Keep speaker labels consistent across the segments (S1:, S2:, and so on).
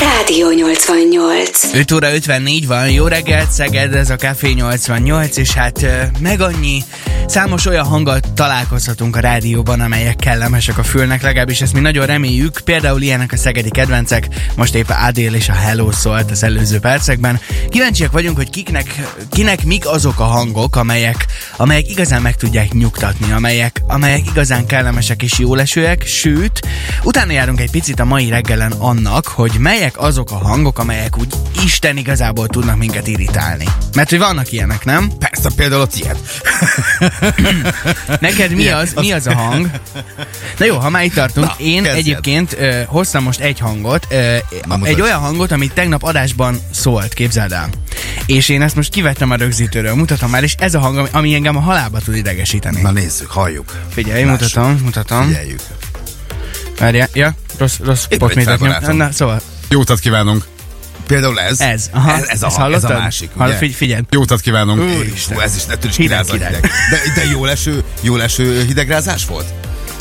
S1: Rádió 88.
S2: 5 óra 54 van, jó reggelt Szeged, ez a Café 88, és hát ö, meg annyi számos olyan hanggal találkozhatunk a rádióban, amelyek kellemesek a fülnek, legalábbis ezt mi nagyon reméljük, például ilyenek a szegedi kedvencek, most épp Adél és a Hello szólt az előző percekben. Kíváncsiak vagyunk, hogy kiknek, kinek mik azok a hangok, amelyek, amelyek igazán meg tudják nyugtatni, amelyek, amelyek igazán kellemesek és jólesőek, sőt, utána járunk egy picit a mai reggelen annak, hogy melyek azok a hangok, amelyek úgy Isten igazából tudnak minket irritálni. Mert hogy vannak ilyenek, nem?
S3: Persze, például a tiéd.
S2: Neked mi az, mi az a hang? Na jó, ha már itt tartunk,
S3: Na,
S2: én
S3: kezdjed.
S2: egyébként ö, hoztam most egy hangot, ö,
S3: Na, mutasd.
S2: egy olyan hangot, amit tegnap adásban szólt, képzeld el. És én ezt most kivettem a rögzítőről, mutatom már, és ez a hang, ami- ami engem a halálba tud idegesíteni.
S3: Na nézzük, halljuk.
S2: Figyelj,
S3: Lássuk.
S2: mutatom, mutatom.
S3: Figyeljük.
S2: Várja, ja, rossz, rossz
S3: Itt vagy
S2: potmétet nyom.
S3: felbarátom.
S2: Na, szóval,
S4: Jó utat kívánunk!
S3: Például ez.
S2: ez, aha,
S3: ez, ez, a,
S2: ezt
S3: hang, ez
S2: hallottad?
S3: a másik, ugye?
S2: Hall, figy- figyelj,
S4: Jó utat kívánunk!
S3: Úristen. Hú, ez is ettől is
S2: Hideg,
S3: kiráz a
S2: hideg.
S3: hideg. De, de jó leső, jó leső hidegrázás volt?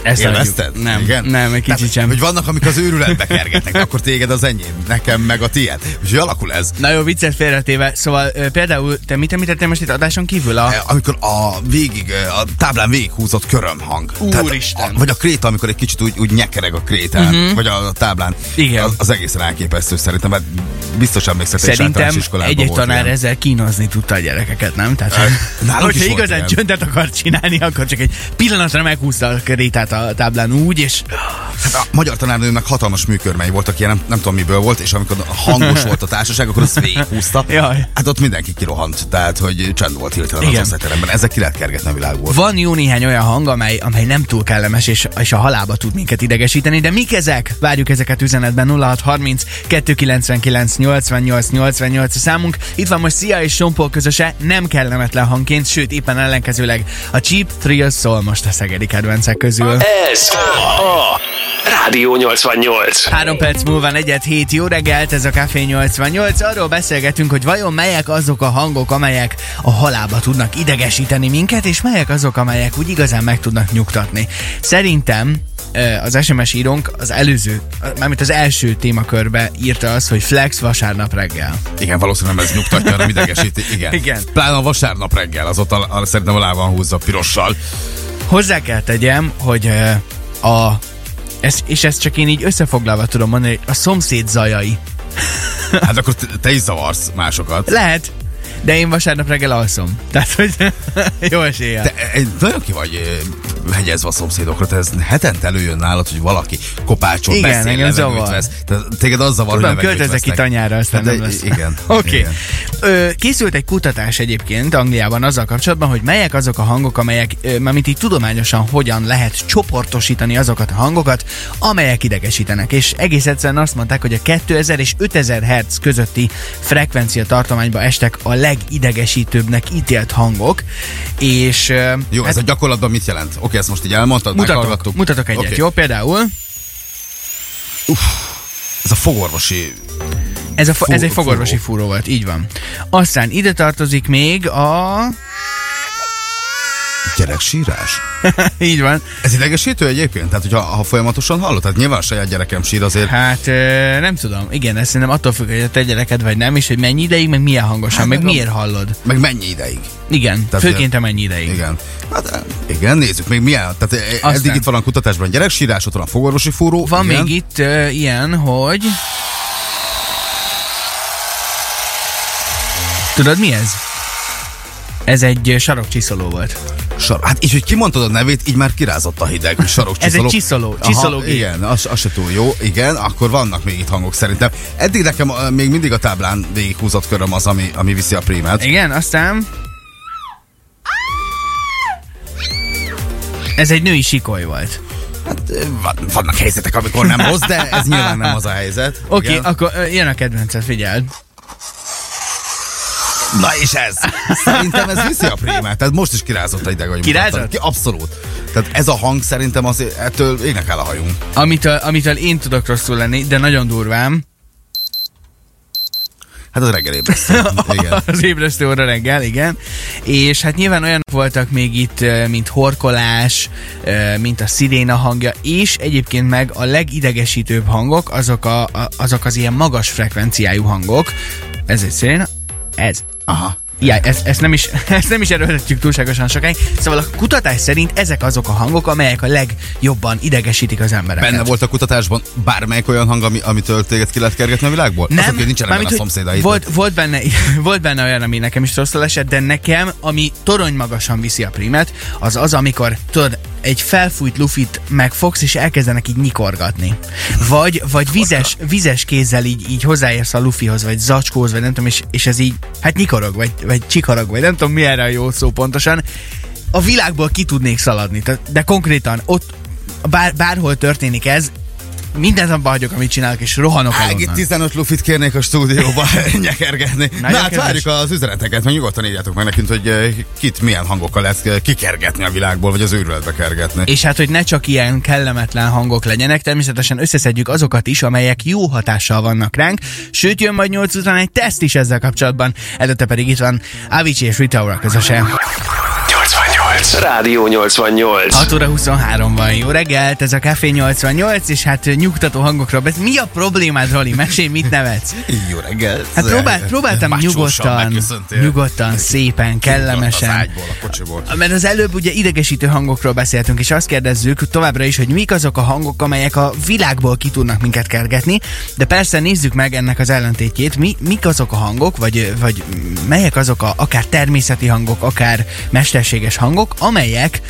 S2: ezt adjuk.
S3: Élvezted?
S2: Nem, nem, egy kicsit
S3: Tehát,
S2: sem.
S3: Hogy vannak, amik az őrületbe kergetnek, akkor téged az enyém, nekem meg a tiéd. Úgyhogy alakul ez.
S2: Na jó, viccet félretéve, szóval ö, például te mit említettél most itt adáson kívül? A...
S3: Eh, Amikor a végig, eh, a táblán végighúzott körömhang. Tehát
S2: Úristen. Mhm.
S3: A, vagy a kréta, amikor egy kicsit úgy, úgy nyekereg a krétán, uh-huh. vagy a, a táblán.
S2: Igen.
S3: Az, az egészen elképesztő szerintem, mert biztos emlékszel, hogy
S2: Szerintem
S3: általános iskolában
S2: egy-egy
S3: volt
S2: tanár
S3: ilyen.
S2: ezzel kínozni tudta a gyerekeket, nem? Tehát,
S3: nálunk
S2: hogyha
S3: is volt
S2: igazán
S3: ilyen.
S2: csöndet akar csinálni, akkor csak egy pillanatra meghúzta a körétát a táblán úgy, és
S3: Hát A magyar tanárnőnek hatalmas műkörmei voltak, ilyen nem, nem tudom miből volt, és amikor hangos volt a társaság, akkor azt végighúzta.
S2: Jaj.
S3: Hát ott mindenki kirohant, tehát hogy csend volt hirtelen az
S2: Igen.
S3: osztályteremben. Ezek ki lehet kergetni a világból.
S2: van jó néhány olyan hang, amely, amely nem túl kellemes, és, és a halába tud minket idegesíteni, de mik ezek? Várjuk ezeket üzenetben 0630 299 88 88 a számunk. Itt van most Szia és Sompol közöse, nem kellemetlen hangként, sőt éppen ellenkezőleg a Cheap Thrill szól most a szegedi kedvencek közül.
S5: Ez a Rádió 88.
S2: Három perc múlva negyed hét, jó reggelt, ez a Café 88. Arról beszélgetünk, hogy vajon melyek azok a hangok, amelyek a halába tudnak idegesíteni minket, és melyek azok, amelyek úgy igazán meg tudnak nyugtatni. Szerintem ö, az SMS írónk az előző, mármint az első témakörbe írta az, hogy flex vasárnap reggel.
S3: Igen, valószínűleg ez nyugtatja, nem idegesíti. Igen.
S2: Igen.
S3: Pláne a vasárnap reggel, az ott al- al- szerintem alá van húzva pirossal.
S2: Hozzá kell tegyem, hogy ö, a, ez, és ezt csak én így összefoglalva tudom mondani, hogy a szomszéd zajai.
S3: Hát akkor te- te is zavarsz másokat.
S2: Lehet, de én vasárnap reggel alszom. Tehát, hogy jó esélye.
S3: Te eh, nagyon ki vagy eh, hegyezve a szomszédokra, te ez hetente előjön nálad, hogy valaki kopácsol,
S2: Igen,
S3: beszél,
S2: engem
S3: levegőt
S2: zavar.
S3: vesz. Te, téged az zavar,
S2: Tudom,
S3: hogy levegőt
S2: költözek itt
S3: vesznek. Hát
S2: anyára, aztán
S3: De
S2: nem lesz.
S3: Igen.
S2: Oké.
S3: igen.
S2: Ö, Készült egy kutatás egyébként Angliában azzal kapcsolatban, hogy melyek azok a hangok, amelyek, ö, mármint így tudományosan hogyan lehet csoportosítani azokat a hangokat, amelyek idegesítenek. És egész egyszerűen azt mondták, hogy a 2000 és 5000 Hz közötti frekvencia tartományba estek a legidegesítőbbnek ítélt hangok, és ö, hát
S3: Jó, ez a gyakorlatban mit jelent? Oké, ezt most így elmondtad,
S2: mutatok,
S3: meghallgattuk.
S2: mutatok egyet,
S3: Oké.
S2: jó? Például
S3: Ez a fogorvosi...
S2: Ez, a, fo-
S3: Fú-
S2: ez egy fogorvosi
S3: fúró.
S2: fúró volt, így van. Aztán ide tartozik még a...
S3: Gyerek sírás.
S2: így van.
S3: Ez idegesítő egyébként? Tehát, hogyha ha folyamatosan hallod? Tehát nyilván a saját gyerekem sír azért.
S2: Hát ö, nem tudom, igen, ez szerintem attól függ, hogy a te gyereked vagy nem, és hogy mennyi ideig, meg milyen hangosan,
S3: Hát
S2: meg
S3: meg a-
S2: miért hallod.
S3: Meg mennyi ideig?
S2: Igen,
S3: Tehát
S2: főként
S3: ugye-
S2: a mennyi ideig.
S3: Igen. Hát eh, igen, nézzük még milyen. Tehát eh,
S2: Aztán.
S3: eddig itt van a kutatásban gyereksírás, ott van a fogorvosi fúró.
S2: Van
S3: igen.
S2: még itt ö, ilyen, hogy... Tudod mi ez? Ez egy ö, sarokcsiszoló volt.
S3: Sar- hát így, hogy kimondtad a nevét, így már kirázott a hideg, hogy sarok
S2: Ez egy csiszoló, csiszoló
S3: Aha,
S2: gép.
S3: igen, az, az se túl jó. Igen, akkor vannak még itt hangok szerintem. Eddig nekem eh, még mindig a táblán végighúzott köröm az, ami, ami viszi a prímet.
S2: Igen, aztán... Ez egy női sikoly volt.
S3: Hát, eh, van- vannak helyzetek, amikor nem rossz, de ez nyilván nem az a helyzet.
S2: Oké, okay,
S3: Igen.
S2: akkor ö, jön a kedvenced, figyeld.
S3: Na és ez! Szerintem ez viszi a prímát. Tehát most is kirázott a ideg, hogy
S2: Kirázott?
S3: Ki, abszolút. Tehát ez a hang szerintem az, ettől énekel a hajunk.
S2: Amitől, amitől én tudok rosszul lenni, de nagyon durvám.
S3: Hát az reggel ébresztő. Igen.
S2: az ébresztő óra reggel, igen. És hát nyilván olyanok voltak még itt, ö, mint horkolás, ö, mint a sziréna hangja, és egyébként meg a legidegesítőbb hangok, azok, a, a, azok az ilyen magas frekvenciájú hangok. Ez egy sziréna, ez.
S3: Aha.
S2: Ja, ezt, ezt, nem is, ezt nem is erőltetjük túlságosan sokáig. Szóval a kutatás szerint ezek azok a hangok, amelyek a legjobban idegesítik az embereket.
S3: Benne volt a kutatásban bármelyik olyan hang, ami, amitől téged ki lehet kergetni a világból? Azok, hogy nincsenek benne a
S2: mármint, hogy
S3: szomszédaid.
S2: Volt, volt, benne, volt benne olyan, ami nekem is rosszul esett, de nekem, ami torony magasan viszi a primet, az az, amikor tudod, egy felfújt lufit megfogsz, és elkezdenek így nyikorgatni. Vagy, vagy vizes, vizes kézzel így, így hozzáérsz a lufihoz, vagy zacskóhoz, vagy nem tudom, és, és ez így, hát nyikorog, vagy, vagy csikorog, vagy nem tudom, mi erre a jó szó pontosan. A világból ki tudnék szaladni, tehát- de konkrétan ott, bár, bárhol történik ez, mindent abba hagyok, amit csinálok, és rohanok el
S3: Ági,
S2: onnan.
S3: 15 lufit kérnék a stúdióba nyekergetni. Na
S2: Nagyon
S3: hát
S2: kedves.
S3: várjuk az üzeneteket, meg nyugodtan írjátok meg nekünk, hogy eh, kit milyen hangokkal lehet eh, kikergetni a világból, vagy az őrületbe kergetni.
S2: És hát, hogy ne csak ilyen kellemetlen hangok legyenek, természetesen összeszedjük azokat is, amelyek jó hatással vannak ránk, sőt jön majd 8 után egy teszt is ezzel kapcsolatban, előtte pedig itt van Avicii és Rita Ora közösen.
S5: 88. Rádió 88.
S2: 6 óra 23 van, jó reggelt, ez a Café 88, és hát ö, nyugtató hangokról besz... Mi a problémád, Roli? Mesélj, mit nevetsz?
S3: Jó reggel.
S2: Hát próbált, próbáltam
S3: Macsósan
S2: nyugodtan,
S3: megköszöntél.
S2: nyugodtan, szépen,
S3: Az
S2: kellemesen.
S3: ágyból, a kocsiból.
S2: Mert az előbb ugye idegesítő hangokról beszéltünk, és azt kérdezzük továbbra is, hogy mik azok a hangok, amelyek a világból ki tudnak minket kergetni, de persze nézzük meg ennek az ellentétjét, mi, mik azok a hangok, vagy, vagy melyek azok a akár természeti hangok, akár mesterséges hangok, amelyek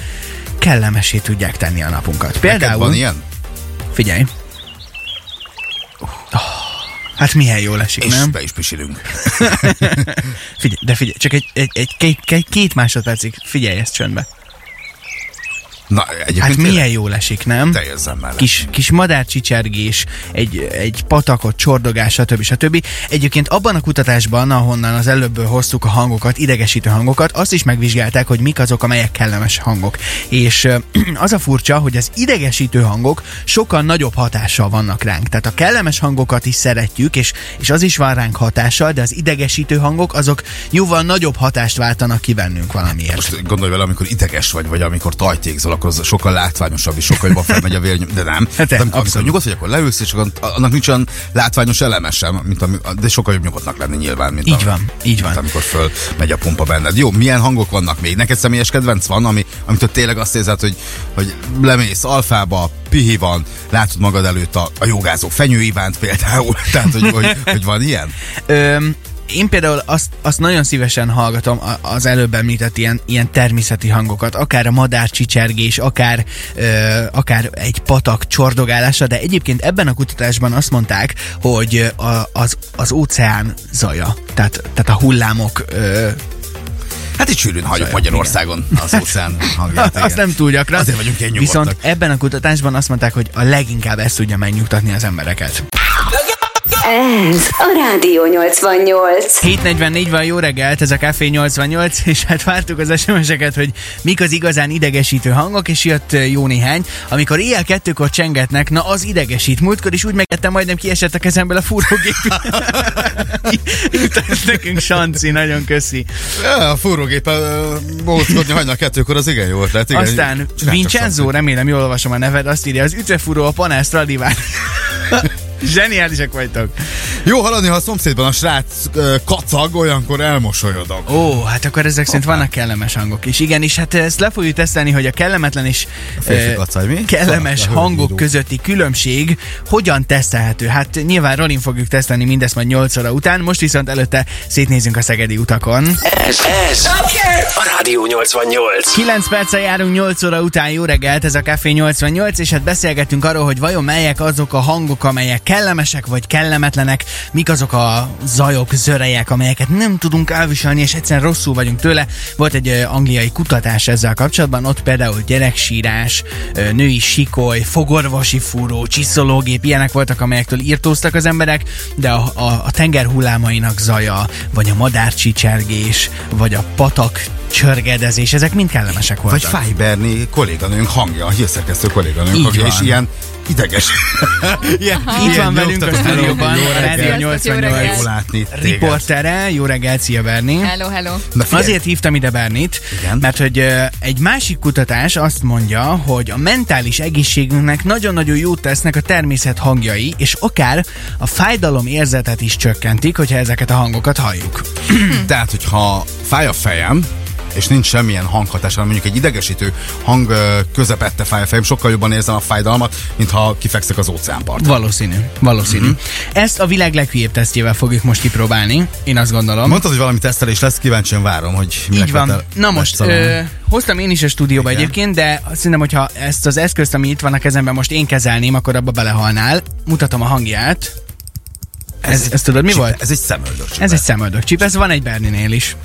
S2: kellemesé tudják tenni a napunkat.
S3: Neked van
S2: Például,
S3: ilyen?
S2: figyelj, Oh, Hát milyen jól esik,
S3: És
S2: nem?
S3: be is pisilünk.
S2: Figyelj, de figyelj, csak egy, egy, egy, egy, egy két másodpercig figyelj ezt csöndbe.
S3: Na, egyébként
S2: Hát
S3: tényleg
S2: milyen jól esik, nem?
S3: teljes zemmel.
S2: kis, kis madárcsicsergés, egy, egy patakot, csordogás, stb. stb. Egyébként abban a kutatásban, ahonnan az előbb hoztuk a hangokat, idegesítő hangokat, azt is megvizsgálták, hogy mik azok, amelyek kellemes hangok. És ö, az a furcsa, hogy az idegesítő hangok sokkal nagyobb hatással vannak ránk. Tehát a kellemes hangokat is szeretjük, és, és az is van ránk hatással, de az idegesítő hangok azok jóval nagyobb hatást váltanak ki bennünk valamiért.
S3: Most gondolj vele, amikor ideges vagy, vagy amikor tajtékzol, akkor az sokkal látványosabb és sokkal jobban felmegy a vérnyom, de nem. Hát
S2: de,
S3: amikor, amikor
S2: abszolút.
S3: nyugodt vagy, akkor leülsz, és akkor annak nincs olyan látványos eleme sem, mint ami, de sokkal jobb nyugodtnak lenni nyilván, mint
S2: Így van, így van.
S3: Mint amikor föl megy a pumpa benned. Jó, milyen hangok vannak még? Neked személyes kedvenc van, ami, amitől tényleg azt érzed, hogy, hogy lemész alfába, pihi van, látod magad előtt a, a jogázó Fenyő Ivánt például, tehát hogy, hogy, hogy van ilyen?
S2: Öm, én például azt, azt nagyon szívesen hallgatom a- az előbb említett ilyen, ilyen természeti hangokat, akár a madár csicsergés, akár, ö, akár egy patak csordogálása, de egyébként ebben a kutatásban azt mondták, hogy ö, a, az, az óceán zaja, tehát, tehát a hullámok, ö,
S3: Hát itt sűrűn halljuk
S2: Zajok,
S3: Magyarországon az óceán hangját.
S2: azt nem túl gyakran.
S3: Azért vagyunk ilyen nyugodtak.
S2: Viszont ebben a kutatásban azt mondták, hogy a leginkább ezt tudja megnyugtatni az embereket.
S1: Ez a Rádió 88.
S2: 744 van, jó reggelt, ez a Café 88, és hát vártuk az SMS-eket, hogy mik az igazán idegesítő hangok, és jött ö, jó néhány. Amikor éjjel kettőkor csengetnek, na az idegesít. Múltkor is úgy megettem, majdnem kiesett a kezemből a fúrógép. Jutott nekünk Sanci, nagyon köszi.
S3: Ja, a fúrógépen bóckodni hajnal kettőkor az igen jó volt. Tehát igen,
S2: Aztán
S3: csináltak
S2: Vincenzo,
S3: sokszor.
S2: remélem jól olvasom a neved, azt írja, az ütefúró a panász radiván. Zseniálisak vagytok.
S3: Jó hallani, ha a szomszédban a srác ö, kacag, olyankor elmosolyodok.
S2: Ó, hát akkor ezek szerint vannak kellemes hangok is. Igen, és hát ezt le fogjuk tesztelni, hogy a kellemetlen és
S3: férfi
S2: ö,
S3: kacaj, mi?
S2: kellemes
S3: Szar, de
S2: hangok
S3: hölgyíró.
S2: közötti különbség hogyan tesztelhető. Hát nyilván Rolin fogjuk tesztelni mindezt majd 8 óra után, most viszont előtte szétnézünk a szegedi utakon.
S5: Ez, ez a Rádió 88.
S2: 9 perccel járunk 8 óra után, jó reggelt, ez a Café 88, és hát beszélgetünk arról, hogy vajon melyek azok a hangok, amelyek kellemesek vagy kellemetlenek, mik azok a zajok, zörejek, amelyeket nem tudunk elviselni, és egyszerűen rosszul vagyunk tőle. Volt egy ö, angliai kutatás ezzel kapcsolatban, ott például gyereksírás, ö, női sikoly, fogorvosi fúró, csiszológép, ilyenek voltak, amelyektől írtóztak az emberek, de a, a, a tenger hullámainak zaja, vagy a madárcsicsergés, vagy a patak csörgedezés, ezek mind kellemesek voltak.
S3: Vagy Fájberni kolléganőnk hangja, a hírszerkesztő kolléganőnk
S2: Így
S3: hangja,
S2: van.
S3: és ilyen ideges. ilyen,
S2: Itt van velünk a
S3: nyomtató.
S2: stúdióban
S3: Jó
S2: a Rádió
S3: reggelt.
S4: Sziasztok, jó reggelt.
S3: Jó
S2: 88
S3: látni téged.
S2: riportere. Jó reggelt, szia Berni.
S4: Hello, hello.
S3: Na figyelj,
S2: Azért hívtam ide Bernit,
S3: Igen.
S2: mert hogy ö, egy másik kutatás azt mondja, hogy a mentális egészségünknek nagyon-nagyon jót tesznek a természet hangjai, és akár a fájdalom érzetet is csökkentik, hogyha ezeket a hangokat halljuk.
S3: Tehát, hogyha fáj a fejem, és nincs semmilyen hanghatás, hanem mondjuk egy idegesítő hang ö, közepette fáj a fejem, sokkal jobban érzem a fájdalmat, mintha kifekszek az óceánpartra.
S2: Valószínű, valószínű. Mm-hmm. Ezt a világ leghülyébb tesztjével fogjuk most kipróbálni, én azt gondolom.
S3: Mondtad, hogy valami tesztelés lesz, kíváncsian várom, hogy mi
S2: Így van. Na most, ö, hoztam én is a stúdióba Igen. egyébként, de azt szerintem, hogyha ezt az eszközt, ami itt van a kezemben, most én kezelném, akkor abba belehalnál. Mutatom a hangját. Ez, ez, ez tudod, mi volt?
S3: Ez egy szemöldök.
S2: Ez egy szemöldök csip, ez van egy Berninél is.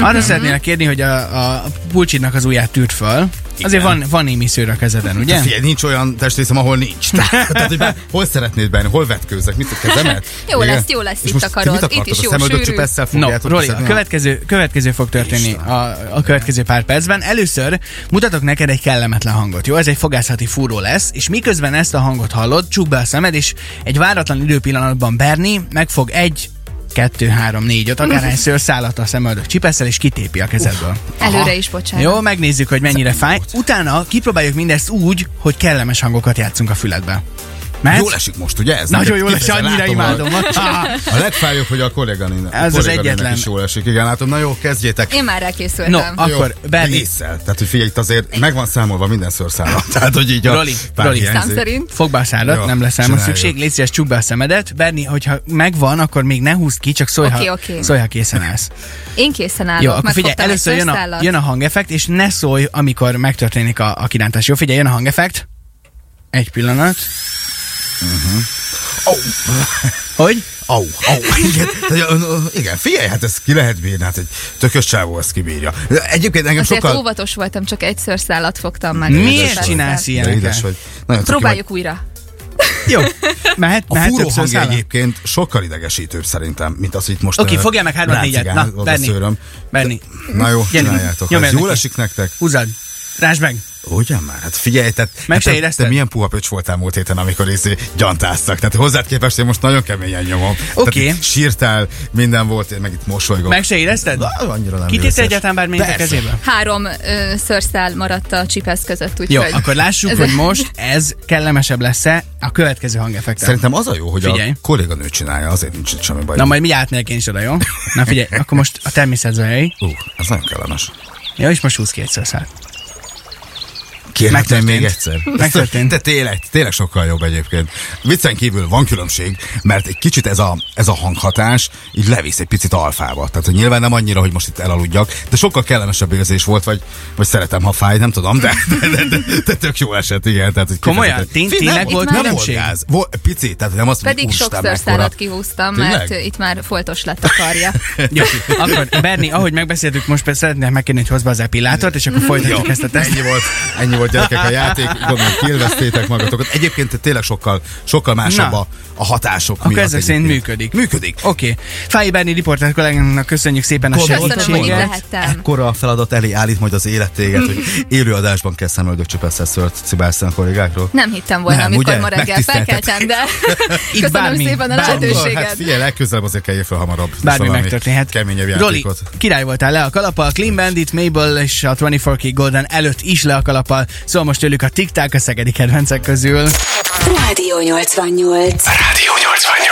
S2: Arra szeretnének kérni, hogy a, a pulcsidnak az ujját tűrt föl. Azért van, van némi szőr a kezeden, ugye?
S3: Figyelj, nincs olyan testrészem, ahol nincs. Tehát, hogy bár, hol szeretnéd benni, hol vetkőzek, mit a kezemet?
S4: Jó
S3: Igen.
S4: lesz, jó lesz,
S3: És
S4: itt
S3: most
S4: akarod.
S3: Mit
S4: Itt is
S3: akartok?
S4: jó,
S3: a szemöldök
S4: sűrű.
S3: csüppesszel
S2: No,
S3: fogjátok
S2: Roli, a
S3: összedni?
S2: következő, következő fog történni a, a következő pár percben. Először mutatok neked egy kellemetlen hangot, jó? Ez egy fogászati fúró lesz, és miközben ezt a hangot hallod, csukd be a szemed, és egy váratlan időpillanatban Berni meg fog egy, kettő, három, négy, öt, akárhányszor szállat a szemöldök csipesszel, és kitépi a kezedből.
S4: Előre is bocsánat.
S2: Jó, megnézzük, hogy mennyire fáj. Utána kipróbáljuk mindezt úgy, hogy kellemes hangokat játszunk a füledbe. Mert
S3: Jól esik most, ugye? Ez
S2: nagyon
S3: neked?
S2: jól lesz,
S3: Képzeld,
S2: annyira
S3: látom,
S2: imádom. Ah!
S3: A legfájóbb, hogy a kolléganőnek.
S2: Ez az
S3: a kolléganőnek
S2: egyetlen.
S3: Is jól esik, igen, látom. Na jó, kezdjétek.
S4: Én már
S2: No,
S4: elkészültem.
S2: a- Akkor,
S3: Jó,
S2: Berni.
S3: Észszel. Tehát, hogy figyelj, itt azért megvan számolva minden szőrszála. Tehát, hogy így a
S2: Roli,
S3: pár
S2: Roli.
S3: hiányzik.
S4: Szám szerint.
S2: Fogd be a szádat,
S3: Jó,
S2: nem lesz rá most
S3: csináljuk.
S2: szükség. Légy szíves, csukd be a szemedet. Berni, hogyha megvan, akkor még ne húzd ki, csak szólj,
S4: Oké,
S2: ha,
S4: oké.
S2: szólj, ha készen állsz.
S4: Én készen állok.
S2: Jó, akkor figyelj,
S4: Megfogtam egy
S2: először jön a,
S4: szőrszálat.
S2: jön a hangeffekt, és ne szólj, amikor megtörténik a, a kirántás. Jó, figyelj, jön a hangeffekt. Egy pillanat. Uh-huh. Hogy?
S3: Au, au, igen, Tehát, ö, ö, igen, figyelj, hát ez ki lehet bírni, hát egy tökös csávó ezt kibírja. De Egyébként engem
S4: Azért
S3: sokkal...
S4: óvatos voltam, csak egy szőrszálat fogtam meg.
S2: Miért csinálsz
S4: ilyen?
S3: De édes
S2: ilyeneket?
S3: vagy. Nagyon cuki vagy.
S4: Próbáljuk újra.
S2: Jó, mehet,
S3: A
S2: mehet
S3: fúró
S2: többször
S3: hangja
S2: szállal.
S3: egyébként sokkal idegesítőbb szerintem, mint az, hogy itt most...
S2: Oké,
S3: ö,
S2: fogja meg hármat, négyet.
S3: ráncigál
S2: Na,
S3: oda
S2: Berni.
S3: szőröm.
S2: Berni.
S3: Na jó,
S2: Gyerünk,
S3: csináljátok.
S2: nyomj
S3: Ez
S2: el
S3: jól
S2: neki.
S3: esik nektek?
S2: Húzad, rásd meg.
S3: Ugyan már, hát figyelj, tehát,
S2: Meg
S3: hát
S2: se
S3: te-
S2: érezted?
S3: te milyen puha pöcs voltál múlt héten, amikor észé gyantáztak. Tehát hozzád képest én most nagyon keményen nyomom.
S2: Oké.
S3: Tehát itt Sírtál, minden volt, én meg itt mosolygok.
S2: Meg se érezted?
S3: Na, annyira nem
S2: Kitette
S3: vicces.
S2: egyáltalán bármilyen a
S3: Persze.
S2: kezébe?
S4: Három ö, szőrszál maradt a csipesz között, úgyhogy...
S2: Jó, akkor lássuk,
S4: Ez-
S2: hogy most ez kellemesebb lesz-e a következő hangeffektel.
S3: Szerintem az a jó, hogy
S2: Figyelj.
S3: a kolléganő csinálja, azért nincs itt semmi baj.
S2: Na majd mi átmegyek én is oda, jó? Na figyelj, akkor most a természet zajai.
S3: Ú, ez nagyon kellemes.
S2: Jó, és most 22 szállt.
S3: Kérhetem
S2: Megtörtént.
S3: még egyszer.
S2: Megtörtént.
S3: De tényleg, tényleg sokkal jobb egyébként. Viccen kívül van különbség, mert egy kicsit ez a, ez a hanghatás így levisz egy picit alfába. Tehát hogy nyilván nem annyira, hogy most itt elaludjak, de sokkal kellemesebb érzés volt, vagy, vagy szeretem, ha fáj, nem tudom, de, de, de, de, de tök jó esett, igen. Tehát, hogy
S2: Komolyan?
S3: kifejezetten-
S2: Tény-
S3: Fi- nem
S2: tényleg volt
S3: nem
S2: különbség?
S3: volt gáz. Volt, picit, tehát nem azt
S4: Pedig
S3: mondom,
S4: sok
S3: úristen,
S4: szőrszálat
S3: mekkora.
S4: kihúztam,
S3: Tényleg?
S4: mert ö, itt már foltos lett a karja.
S2: Jó, akkor Berni, ahogy megbeszéltük, most pedig szeretnék megkérni, hogy hozd be az epilátort, és akkor folytatjuk ezt a tesztet.
S3: Ennyi volt, ennyi volt gyerekek a játék, gondolom kiélveztétek magatokat. Egyébként tényleg sokkal, sokkal másabb
S2: Na.
S3: a, a hatások
S2: Akkor
S3: miatt
S2: ezek szerint
S3: egyébként.
S2: működik.
S3: Működik.
S2: Oké. Okay. Fáji Berni riporter kollégának köszönjük szépen a
S4: Köszönöm, hogy itt
S2: segítséget.
S4: lehettem.
S3: Ekkora a feladat elé állít majd az élet téged, hogy élőadásban kell szemöldök csöpesszel szört cibásztán a kollégákról.
S4: Nem hittem volna,
S3: Nem,
S4: amikor
S3: ugye?
S4: ma reggel
S3: Megtiszteltetek.
S4: felkeltem, de
S2: Itt
S4: köszönöm
S2: bármi,
S4: szépen a
S2: bármi.
S4: lehetőséget.
S3: Hát figyelj, legközelebb azért kell fel hamarabb. és
S2: Bármi
S3: valami
S2: megtörténhet.
S3: Keményebb
S2: Roli,
S3: játékot.
S2: király voltál le a kalappal, Clean Bandit, Mabel és a 24K Golden előtt is le a kalappal. Szóval most tőlük a TikTok a szegedi kedvencek közül.
S1: Rádió 88.
S5: Rádió 88.